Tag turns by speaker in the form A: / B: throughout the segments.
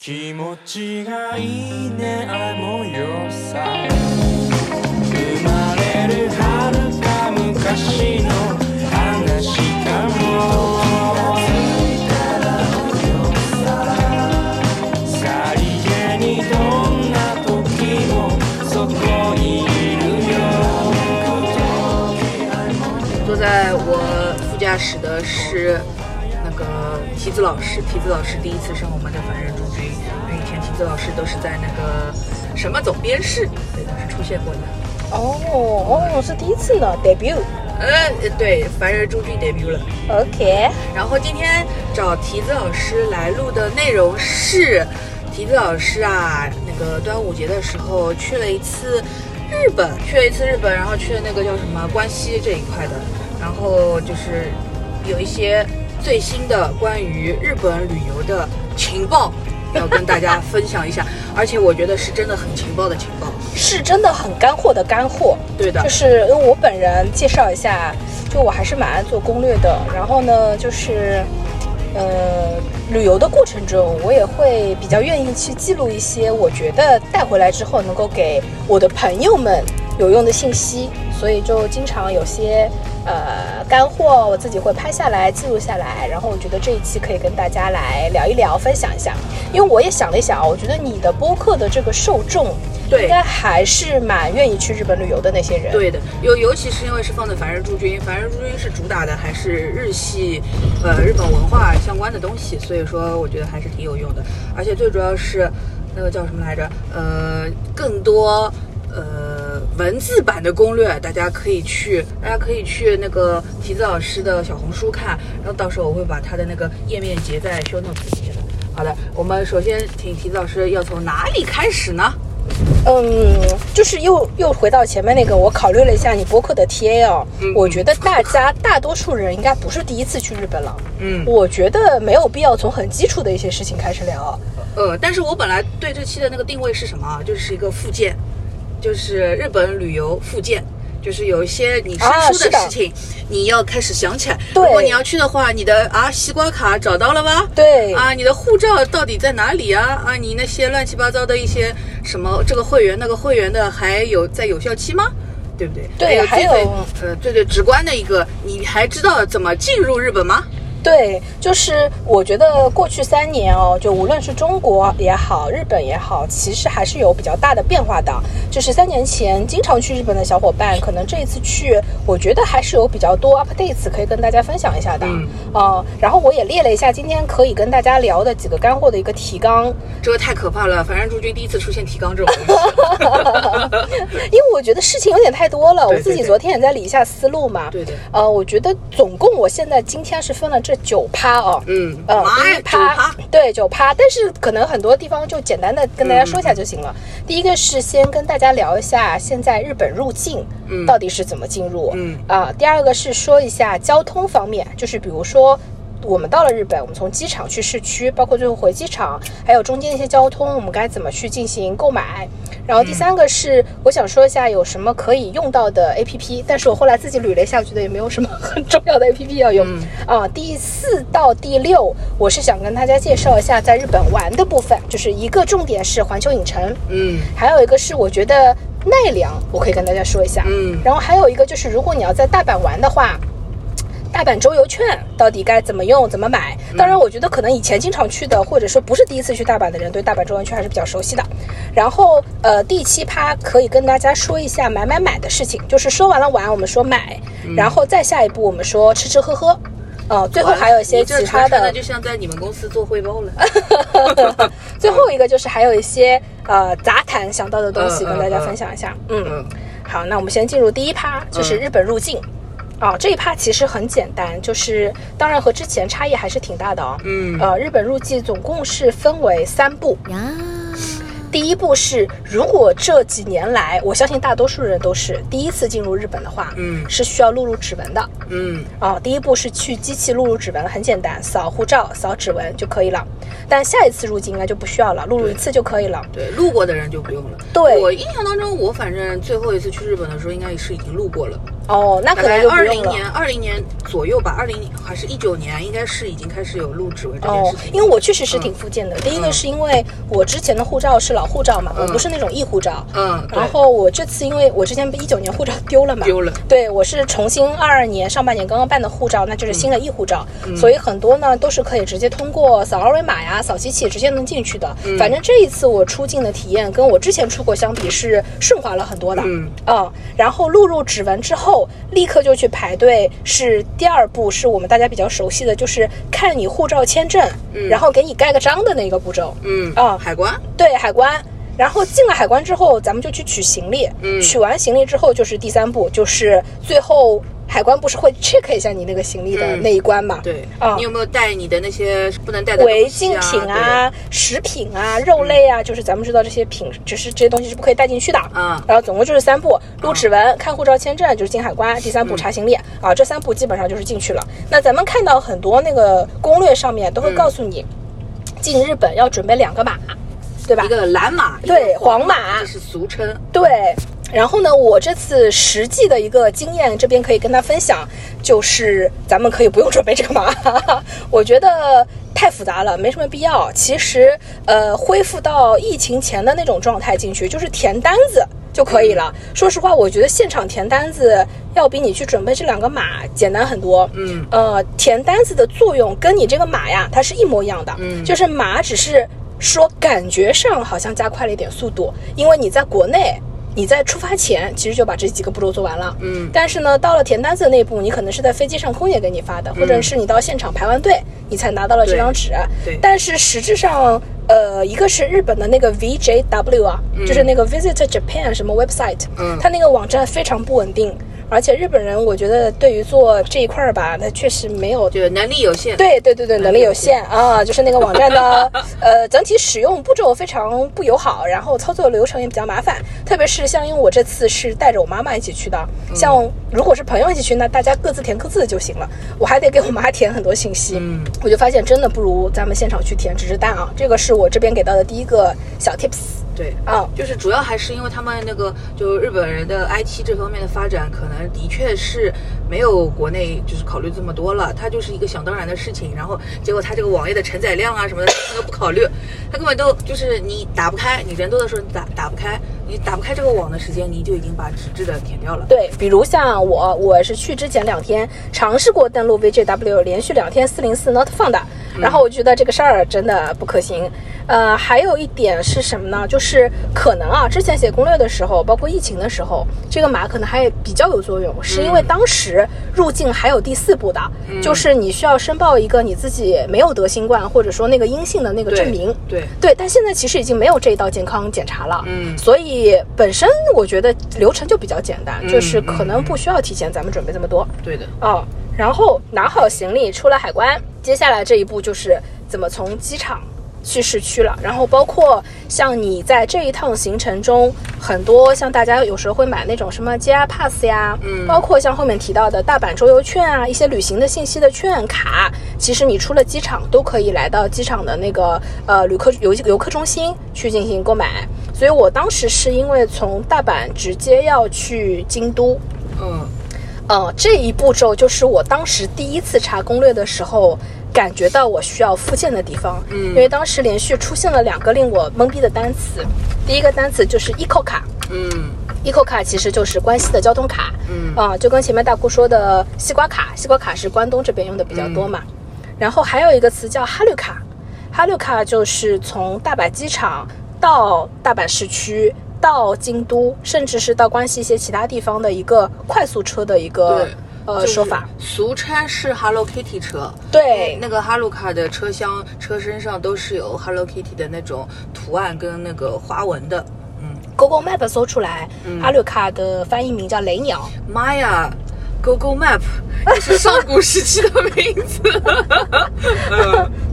A: 気持ちがいいねあの夜さ生まれる遥か昔の話かもさりげにどんな時もそこにいる
B: 坐在我副驾驶的是那个提子老师，提子老师第一次上我们的凡人驻军，因为以前提子老师都是在那个什么总编室里，对，当时出现过的。
C: 哦哦，是第一次呢，debut。
B: 呃，对，凡人驻军 debut 了。
C: OK，
B: 然后今天找提子老师来录的内容是，提子老师啊，那个端午节的时候去了一次日本，去了一次日本，然后去了那个叫什么关西这一块的，然后就是有一些最新的关于日本旅游的情报。要跟大家分享一下，而且我觉得是真的很情报的情报。
C: 是真的很干货的干货。
B: 对的，
C: 就是因为我本人介绍一下，就我还是蛮爱做攻略的。然后呢，就是，呃，旅游的过程中，我也会比较愿意去记录一些我觉得带回来之后能够给我的朋友们有用的信息。所以就经常有些呃干货，我自己会拍下来记录下来。然后我觉得这一期可以跟大家来聊一聊，分享一下。因为我也想了一想啊，我觉得你的播客的这个受众
B: 对
C: 应该还是蛮愿意去日本旅游的那些人。，
B: 对的，尤尤其是因为是放在凡人驻军，凡人驻军是主打的还是日系，呃，日本文化相关的东西，所以说我觉得还是挺有用的。而且最主要是那个叫什么来着？呃，更多呃文字版的攻略，大家可以去，大家可以去那个提子老师的小红书看，然后到时候我会把他的那个页面截在 show notes 里面的。好的，我们首先请提子老师要从哪里开始呢？
C: 嗯，就是又又回到前面那个，我考虑了一下你播客的 TA 哦，
B: 嗯
C: 我觉得大家大多数人应该不是第一次去日本了。
B: 嗯
C: 我觉得没有必要从很基础的一些事情开始聊。
B: 呃，但是我本来对这期的那个定位是什么啊？就是一个附件，就是日本旅游附件，就是有一些你生
C: 啊
B: 疏
C: 是的
B: 事情，你要开始想起来。
C: 对
B: 如果你要去的话，你的啊西瓜卡找到了吗？
C: 对，
B: 啊，你的护照到底在哪里啊？啊，你那些乱七八糟的一些什么这个会员那个会员的还有在有效期吗？对不对？
C: 对
B: 还有
C: 还
B: 最
C: 有
B: 最呃最最直观的一个，你还知道怎么进入日本吗？
C: 对，就是我觉得过去三年哦，就无论是中国也好，日本也好，其实还是有比较大的变化的。就是三年前经常去日本的小伙伴，可能这一次去，我觉得还是有比较多 updates 可以跟大家分享一下的。
B: 嗯
C: 呃，然后我也列了一下今天可以跟大家聊的几个干货的一个提纲，
B: 这个太可怕了！反正驻军第一次出现提纲这种东西。
C: 因为我觉得事情有点太多了，
B: 对
C: 我自己
B: 对对
C: 昨天也在理一下思路嘛。
B: 对的。
C: 呃，我觉得总共我现在今天是分了这九趴哦。
B: 嗯，
C: 呃，
B: 妈
C: 第
B: 呀九
C: 一，趴
B: 趴，
C: 对九趴，但是可能很多地方就简单的跟大家说
B: 嗯
C: 一下就行了。第一个是先跟大家聊一下现在日本入境
B: 嗯
C: 到底是怎么进入，
B: 嗯
C: 啊、第二个是说一下交通方面，就是比如说。我们到了日本，我们从机场去市区，包括最后回机场，还有中间的一些交通，我们该怎么去进行购买？然后第三个是，我想说一下有什么可以用到的 APP，但是我后来自己捋了一下，我觉得也没有什么很重要的 APP 要用。啊，第四到第六，我是想跟大家介绍一下在日本玩的部分，就是一个重点是环球影城，
B: 嗯
C: 还有一个是我觉得奈良，我可以跟大家说一下。
B: 嗯
C: 然后还有一个就是，如果你要在大阪玩的话。大阪周游券到底该怎么用、怎么买？当然，我觉得可能以前经常去的，或者说不是第一次去大阪的人，对大阪周游券还是比较熟悉的。然后，呃，第七趴可以跟大家说一下买买买的事情，就是说完了玩，我们说买，然后再下一步我们说吃吃喝喝，呃， 最后还有一些
B: 你这
C: 其他
B: 穿
C: 的
B: 穿就像在你们公司做汇报 了。
C: 最后一个就是还有一些呃杂谈想到的东西
B: 嗯
C: 跟大家
B: 嗯嗯
C: 分享一下。嗯，
B: 嗯
C: 好，那我们先进入第一趴，就是
B: 嗯
C: 日本入境。啊、这一趴其实很简单，就是当然和之前差异还是挺大的哦。
B: 嗯
C: 呃，日本入境总共是分为三步，
D: 呀，
C: 第一步是，如果这几年来，我相信大多数人都是第一次进入日本的话，
B: 嗯
C: 是需要录入指纹的。
B: 嗯
C: 啊、第一步是去机器录入指纹，很简单，扫护照、扫指纹就可以了。但下一次入境应该就不需要了，录入一次就可以了。
B: 对，路过的人就不用了。
C: 对
B: 我印象当中，我反正最后一次去日本的时候，应该是已经路过了。
C: 哦，那
B: 大
C: 可能
B: 概
C: 就不
B: 二
C: 用
B: 零
C: 了。
B: 年，二零年左右吧，二零还是一九年，应该是已经开始有录指纹这件
C: 哦
B: 事，情。
C: 因为我确实是挺复健的。第一个
B: 嗯
C: 是因为我之前的护照是老护照嘛，我不是那种 e 护照。
B: 嗯，对
C: 然后我这次因为我之前一九年护照丢了嘛，
B: 丢了
C: 对我是重新二二年上半年刚刚办的护照，那就是新的 e 护照，
B: 嗯
C: 所以很多呢都是可以直接通过扫二维码呀、扫机器直接能进去的。
B: 嗯
C: 反正这一次我出境的体验跟我之前出国相比是顺滑了很多的。啊
B: 嗯
C: 然后录入指纹之后，立刻就去排队，是第二步，是我们大家比较熟悉的，就是看你护照签证，然后给你盖个章的那个步骤。
B: 嗯
C: 啊
B: 海关
C: 对海关。然后进了海关之后，咱们就去取行李。
B: 嗯
C: 取完行李之后就是第三步，就是最后海关不是会 check 一下你那个行李的
B: 嗯
C: 那一关嘛？
B: 对，
C: 啊
B: 你有没有带你的那些不能带的
C: 违
B: 东西
C: 禁品
B: 啊？
C: 啊、食品啊、肉类啊，就是咱们知道这些品，只是这些东西是不可以带进去的。
B: 嗯
C: 然后总共就是三步：录指纹、看护照、签证，就是进海关；第
B: 嗯
C: 三步查行李、啊，这三步基本上就是进去了。那咱们看到很多那个攻略上面
B: 嗯
C: 都会告诉你，进日本要准备两个码，对吧
B: 对一？个蓝码，
C: 对
B: 一个黄
C: 黄码
B: 这是俗称。
C: 对，然后呢，我这次实际的一个经验，这边可以跟他分享，就是咱们可以不用准备这个码， 我觉得太复杂了，没什么必要。其实，呃，恢复到疫情前的那种状态进去，就是填单子。就可以了。说实话，我觉得现场填单子要比你去准备这两个码简单很多。
B: 嗯，
C: 呃，填单子的作用跟你这个码呀，它是一模一样的。
B: 嗯
C: 就是码只是说感觉上好像加快了一点速度，因为你在国内，你在出发前其实就把这几个步骤做完了。
B: 嗯
C: 但是呢，到了填单子的那一步，你可能是在飞机上空姐给你发的，或者是你到现场排完队，你才拿到了这张纸。
B: 嗯对对
C: 但是实质上，呃，一个是日本的那个 VJW 啊，就是那个 Visit Japan 什么 website，
B: 嗯
C: 它那个网站非常不稳定，而且日本人我觉得对于做这一块儿吧，他确实没有
B: 就能力有限。，
C: 对对对对，能力嗯有限啊，就是那个网站的 呃整体使用步骤非常不友好，然后操作流程也比较麻烦，特别是像因为我这次是带着我妈妈一起去的，像如果是朋友一起去，那大家各自填各自的就行了，我还得给我妈填很多信息，
B: 嗯
C: 我就发现真的不如咱们现场去填纸质单啊，这个是我这边给到的第一个小 tips
B: 对。
C: 啊，
B: 就是主要还是因为他们那个，就日本人的 IT 这方面的发展，可能的确是没有国内就是考虑这么多了，它就是一个想当然的事情。然后结果它这个网页的承载量啊什么的， 他都不考虑，它根本都就是你打不开，你人多的时候你打打不开，你打不开这个网的时间，你就已经把纸质的填掉了。
C: 对，比如像我，我是去之前两天尝试过登录 VJW，连续两天四零四 not found，的然后我觉得这个事儿真的不可行。呃，还有一点是什么呢？就是可能啊，之前写攻略的时候，包括疫情的时候，这个码可能还比较有作用，是因为当时入境还有第四步的，就是你需要申报一个你自己没有得新冠或者说那个阴性的那个
B: 对
C: 证明。
B: 对，
C: 对，但现在其实已经没有这一道健康检查了，
B: 嗯
C: 所以本身我觉得流程就比较简单，
B: 嗯
C: 就是可能不需要提前咱们准备这么多
B: 对的。
C: 哦。然后拿好行李出了海关，接下来这一步就是怎么从机场去市区了。然后包括像你在这一趟行程中，很多像大家有时候会买那种什么 JR Pass 呀，
B: 嗯
C: 包括像后面提到的大阪周游券啊，一些旅行的信息的券卡，其实你出了机场都可以来到机场的那个呃旅客游游客中心去进行购买。所以我当时是因为从大阪直接要去京都，
B: 嗯，
C: 呃，这一步骤就是我当时第一次查攻略的时候，感觉到我需要复健的地方。
B: 嗯
C: 因为当时连续出现了两个令我懵逼的单词，第一个单词就是 E eco 卡
B: 嗯，
C: ，eco 卡其实就是关西的交通卡。
B: 嗯
C: 啊、就跟前面大姑说的西瓜卡，西瓜卡是关东这边用的比较多嘛。
B: 嗯
C: 然后还有一个词叫哈绿卡，哈绿卡就是从大阪机场到大阪市区。到京都，甚至是到关西一些其他地方的一个快速车的一个
B: 对
C: 呃、
B: 就是
C: 说法，
B: 俗称是 Hello Kitty 车。
C: 对
B: 那个哈鲁卡的车厢车身上都是有 Hello Kitty 的那种图案跟那个花纹的。嗯
C: ，Google Map 搜出来，阿略卡的翻译名叫雷鸟。
B: 妈呀，Google Map 也是上古时期的名字。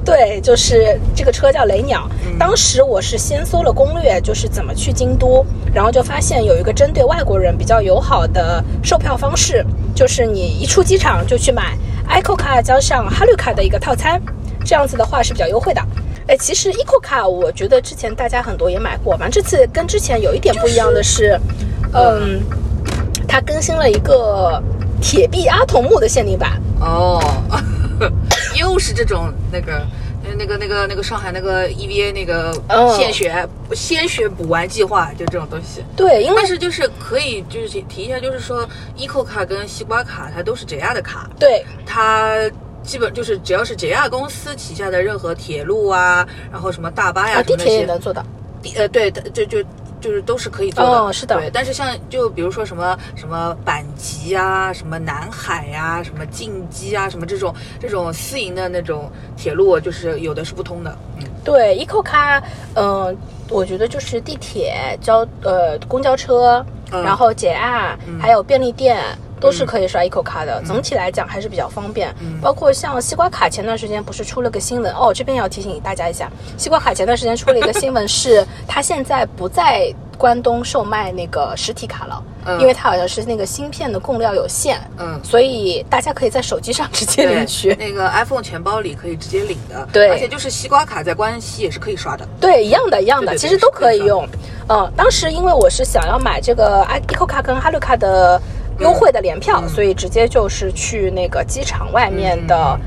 C: 对，就是这个车叫雷鸟。当时我是先搜了攻略，就是怎么去京都，然后就发现有一个针对外国人比较友好的售票方式，就是你一出机场就去买 ICO 卡加上哈绿卡的一个套餐，这样子的话是比较优惠的。哎，其实 ICO 卡我觉得之前大家很多也买过，反正这次跟之前有一点不一样的是，嗯。它更新了一个铁臂阿童木的限定版，
B: 哦，又是这种那个。呃那个、那个、那个上海那个 EVA 那个
C: 哦
B: 献血、鲜血补完计划，就这种东西。
C: 对，因为
B: 但是就是可以就是提提一下，就是说 eco 卡跟西瓜卡它都是 JR 的卡，
C: 对
B: 它基本就是只要是 JR 公司旗下的任何铁路啊，然后什么大哎巴呀、什
C: 啊，地
B: 么那
C: 铁也
B: 些，
C: 能做到，
B: 地呃对，它就就就是都是可以做的。
C: 哦是的
B: 对，但是像就比如说什么什么阪急啊、什么南海呀、什么晋级啊、什么这种这种私营的那种铁路，就是有的是不通的。嗯，
C: 对，eco 卡，嗯、我觉得就是地铁、交呃公交车，
B: 嗯
C: 然后 JR，、还有便利店。都是可以刷 eco 卡
B: 嗯
C: 的，总体来讲还是比较方便。包括像西瓜卡，前段时间不是出了个新闻哦，这边也要提醒大家一下，西瓜卡前段时间出了一个新闻是，它现在不在关东售卖那个实体卡了，
B: 嗯
C: 因为它好像是那个芯片的供料有限，
B: 嗯
C: 所以大家可以在手机上直接
B: 对
C: 领取。
B: 那个 iPhone 钱包里可以直接领的，
C: 对
B: 而且就是西瓜卡在关西也是可以刷的，
C: 对，一样的，一样的，
B: 对对
C: 其实
B: 对
C: 都
B: 是
C: 可以
B: 可以
C: 用。嗯，当时因为我是想要买这个啊 eco 卡跟哈鲁卡的优惠的联票，
B: 嗯
C: 所以直接就是去那个机场外面的、
B: 嗯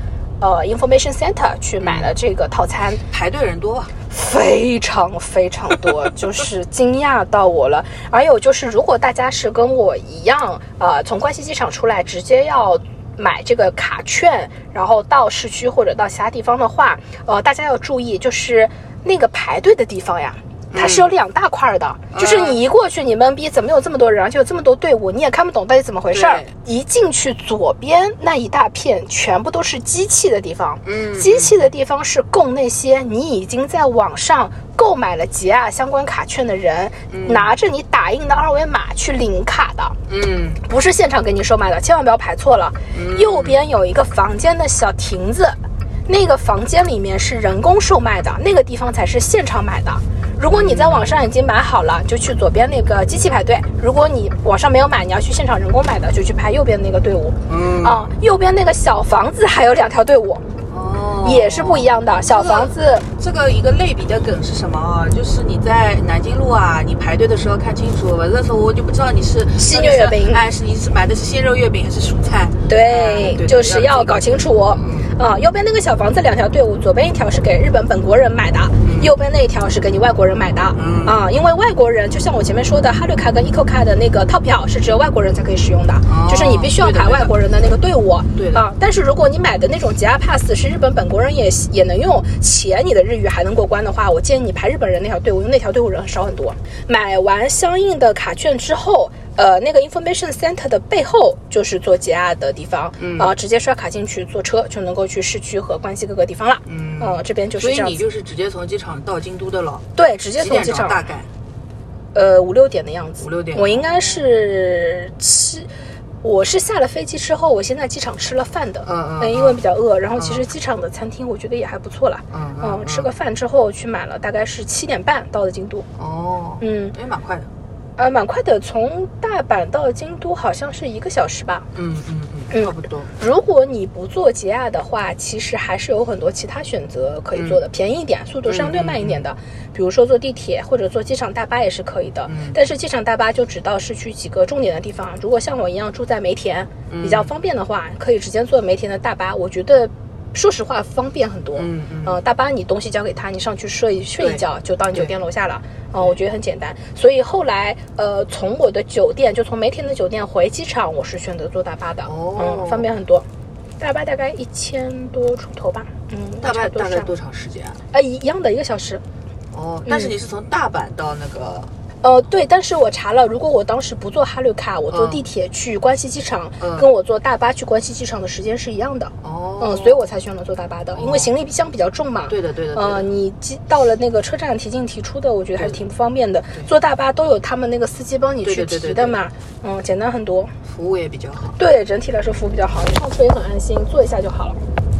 C: 呃 information center 去买了这个套餐，
B: 排队人多吧？啊
C: 非常非常多，就是惊讶到我了。还有就是，如果大家是跟我一样，呃，从关西机场出来直接要。买这个卡券，然后到市区或者到其他地方的话，呃，大家要注意，就是那个排队的地方呀，它是有两大块儿的，就是你一过去，你懵逼，怎么有这么多人，而且有这么多队伍，你也看不懂到底怎么回事儿
B: 对。
C: 一进去左边那一大片全部都是机器的地方，
B: 嗯
C: 机器的地方是供那些你已经在网上购买了捷啊相关卡券的人，拿着你打印的二维码去领卡的，
B: 嗯，
C: 不是现场给你售卖的，千万不要排错了。右边有一个房间的小亭子，那个房间里面是人工售卖的，那个地方才是现场买的。如果你在网上已经买好了，就去左边那个机器排队；如果你网上没有买，你要去现场人工买的，就去排右边那个队伍。
B: 嗯
C: 啊，右边那个小房子还有两条队伍，
B: 哦
C: 也是不一样的。小房子，
B: 这个一个类比的梗是什么啊？就是你在南京路啊，你排队的时候看清楚，那时候我就不知道你是
C: 鲜肉月饼
B: 哎，是你是买的是鲜肉月饼还是蔬菜？
C: 对
B: 嗯，对
C: 就是
B: 要
C: 要搞清楚哦。啊，右边那个小房子两条队伍，左边一条是给日本本国人买的，右边那一条是给你外国人买的。
B: 嗯
C: 啊，因为外国人就像我前面说的，哈瑞卡跟 eco 卡的那个套票是只有外国人才可以使用的，
B: 哦
C: 就是你必须要
B: 对的
C: 排外国人的那个队伍。
B: 对的
C: 啊，但是如果你买的那种捷亚 pass 是日本本国人也也能用，且你的日语还能过关的话，我建议你排日本人那条队伍，因为那条队伍人很少很多。买完相应的卡券之后。呃，那个 information center 的背后就是做捷亚的地方，嗯啊、直接刷卡进去坐车就能够去市区和关西各个地方了，嗯、这边就是
B: 所
C: 这
B: 以
C: 样
B: 你
C: 子，
B: 就是直接从机场到京都的了，
C: 对，直接
B: 几
C: 从
B: 点
C: 机
B: 钟
C: 场
B: 大概？
C: 呃五六点的样子，
B: 五六点
C: 我应该是七，我是下了飞机之后，我先在机场吃了饭的，呃
B: 嗯嗯
C: 因为比较饿，然后其实机场的餐厅我觉得也还不错啦，
B: 嗯嗯
C: 吃个饭之后去买了，大概是七点半到的京都，
B: 哦，
C: 嗯，
B: 也蛮快的。
C: 呃，蛮快的，从大阪到京都好像是一个小时吧，
B: 嗯嗯嗯，
C: 嗯
B: 差不多。
C: 如果你不做捷亚的话，其实还是有很多其他选择可以做的，便宜一点，速度相对慢一点的，比如说坐地铁或者坐机场大巴也是可以的。但是机场大巴就只到市区几个重点的地方，如果像我一样住在梅田，比较方便的话，可以直接坐梅田的大巴，我觉得。说实话，方便很多。
B: 嗯嗯
C: 呃，大巴你东西交给他，你上去睡一睡一
B: 对
C: 觉就到你酒店楼下了。嗯、我觉得很简单。所以后来，呃，从我的酒店，就从梅田的酒店回机场，我是选择坐大巴的。
B: 哦
C: 嗯，方便很多。大巴大概一千多出头吧，嗯，
B: 大概
C: 差不嗯
B: 大概
C: 上
B: 多长时间啊？
C: 呃一一样的一个小时。
B: 哦，但是你是从大阪到那个，
C: 呃，对，但是我查了，如果我当时不坐哈绿卡，我坐
B: 嗯
C: 地铁去关西机场，
B: 嗯
C: 跟我坐大巴去关西机场的时间是一样的。
B: 哦，
C: 嗯，所以我才选了坐大巴的，因为行李箱比较重嘛。
B: 对的对的对
C: 呃，
B: 的。
C: 你寄到了那个车站提进提出的，我觉得还是挺不方便的。坐大巴都有他们那个司机帮你
B: 对
C: 去
B: 对对
C: 提
B: 对
C: 的
B: 对
C: 嘛，嗯，简单很多。
B: 服务也比较好。
C: 对，整体来说服务比较好，你上车也很安心，坐一下就好了。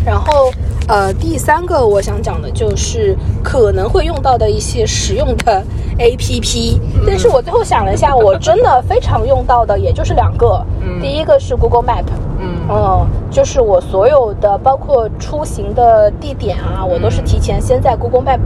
C: 然后，呃，第三个我想讲的就是可能会用到的一些实用的 APP，、但
B: 嗯
C: 是我最后想了一下，我真的非常用到的也就是两个，第一个是 Google Map，
B: 嗯
C: 哦，就是我所有的包括出行的地点啊，我都是提前先在 Google Map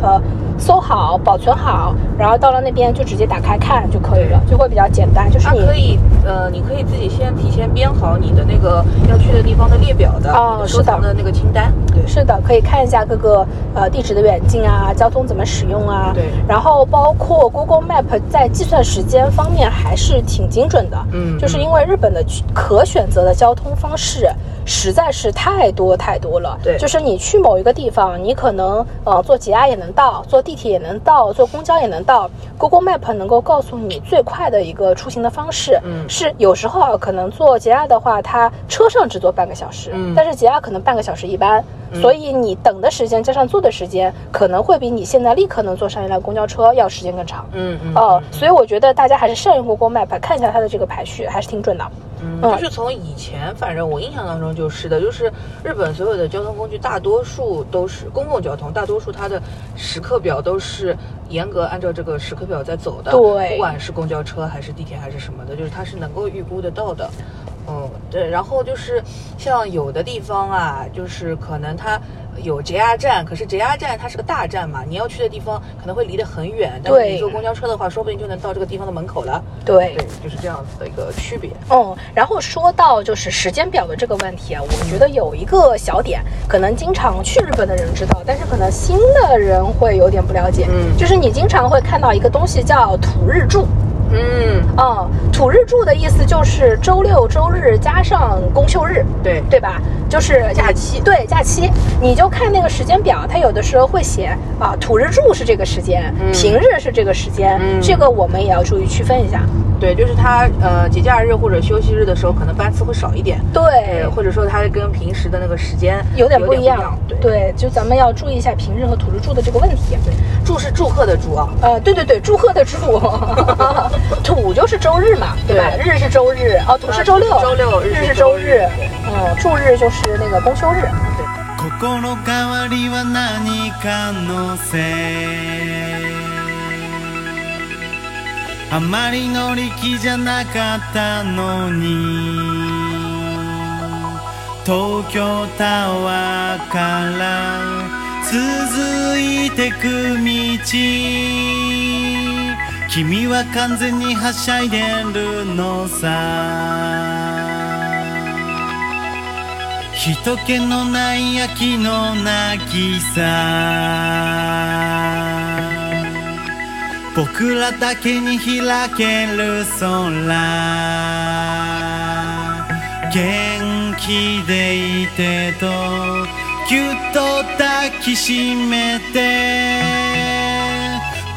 C: 搜好、保存好，然后到了那边就直接打开看就可以了，就会比较简单。就是
B: 它
C: 你
B: 可以，呃，你可以自己先提前编好你的那个要去的地方的列表的，
C: 哦
B: 你的
C: 是
B: 收藏
C: 的
B: 的那个清单。对，
C: 是的，可以看一下各个呃地址的远近啊，交通怎么使用啊。
B: 对
C: 然后包括 Google Map 在计算时间方面还是挺精准的。
B: 嗯
C: 就是因为日本的去可选择的交通方式实在是太多太多了。
B: 对
C: 就是你去某一个地方，你可能呃坐捷达也能到，坐地铁也能到，坐公交也能到。Google Map 能够告诉你最快的一个出行的方式。
B: 嗯
C: 是有时候啊，可能坐捷达的话，它车上只坐半个小时，
B: 嗯
C: 但是捷达可能半个小时一班，所以你等的时间加上坐的时间，可能会比你现在立刻能坐上一辆公交车要时间更长。
B: 嗯嗯。
C: 哦，所以我觉得大家还是善用 Google Map 看一下它的这个排序，还是挺准的。
B: 嗯，
C: 嗯
B: 就是从以前，反正我印象当中就是的，就是日本所有的交通工具，大多数都是公共交通，大多数它的时刻表都是严格按照这个时刻表在走的。
C: 对
B: 不管是公交车还是地铁还是什么的，就是它是能够预估得到的。嗯，对。然后就是像有的地方啊，就是可能它有 JR 站，可是 JR 站它是个大站嘛，你要去的地方可能会离得很远，但是
C: 对
B: 你坐公交车的话，说不定就能到这个地方的门口了。
C: 对
B: 对，就是这样子的一个区别。
C: 哦、然后说到就是时间表的这个问题啊，我觉得有一个小点，可能经常去日本的人知道，但是可能新的人会有点不了解。
B: 嗯
C: 就是你经常会看到一个东西叫土日柱。
B: 嗯。
C: 嗯，土日柱的意思就是周六、周日加上公休日，
B: 对
C: 对吧？就是你
B: 假期
C: 对假期，你就看那个时间表，它有的时候会写啊，土日柱是这个时间，
B: 嗯
C: 平日是这个时间，
B: 嗯
C: 这个我们也要注意区分一下。
B: 对，就是它呃节假日或者休息日的时候，可能班次会少一点，
C: 对
B: 呃，，或者说它跟平时的那个时间
C: 有点
B: 不
C: 不一样，
B: 对，
C: 对，就咱们要注意一下平日和土日柱的这个问题。
B: 住是住客的住啊，
C: 呃，对对对，祝贺的 祝，土就是周日嘛，对吧？日是周日，哦，土是周六，
B: 啊周六
C: 日
B: 日
C: 是
B: 是
C: 周
B: 周
C: 日
B: 日，
C: 嗯，祝日就是那个公休日。
A: 心変わりは何かのせいあまり乗り気じゃなかったのに東京タワーから続いてく道君は完全にはしゃいでるのさ人気のない秋のなきさ僕らだけに開ける空元気でいてとぎゅっと抱きしめて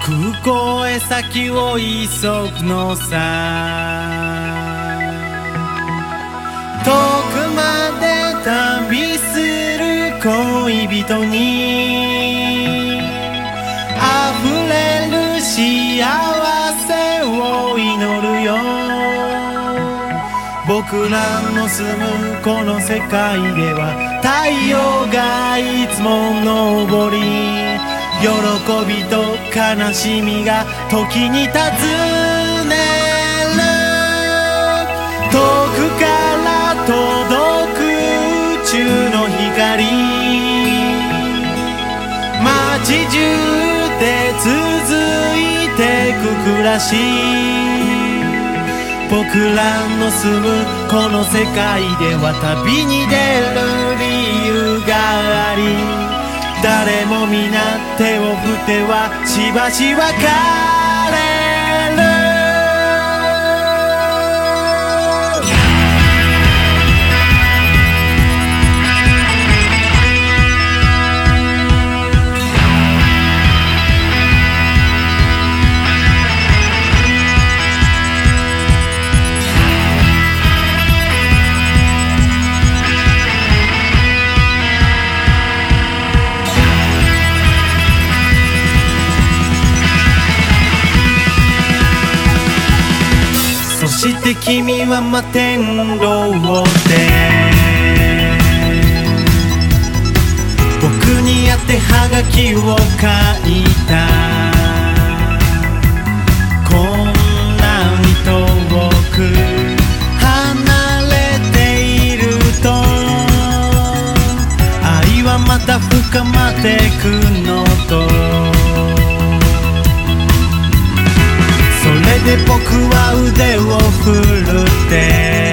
A: 空港へ先を急ぐのさ遠くまで旅する恋人に溢れる幸せを祈るよ僕らの住むこの世界では太陽がいつも昇り喜びと悲しみが時に尋ねる遠くから届く宇宙の光街中で続いてく暮らし僕らの住むこの世界では旅に出る理由があり誰も皆手を振ってはしばし別れるそして君は摩天楼で僕に宛てはがきを書いたこんなに遠く離れているとで僕は腕を振るって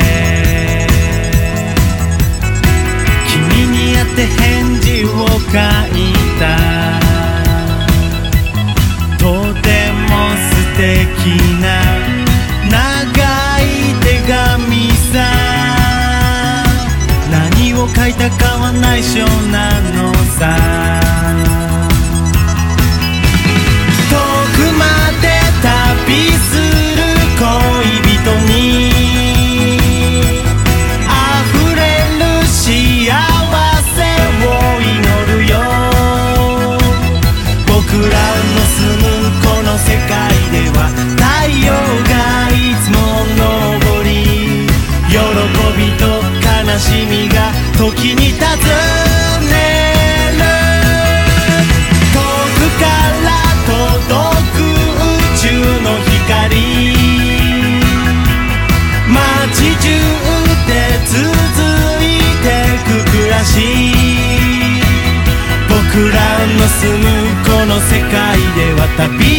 A: 君に宛て返事を書いたとても素敵な長い手紙さ何を書いたかは内緒なのさ遠くまで旅する恋人に溢れる幸せを祈るよ僕らの住むこの世界では太陽がいつも昇り喜びと悲しみが時に尋ねる遠くから届く宇宙の光街中で続いてく暮らし僕らの住むこの世界では旅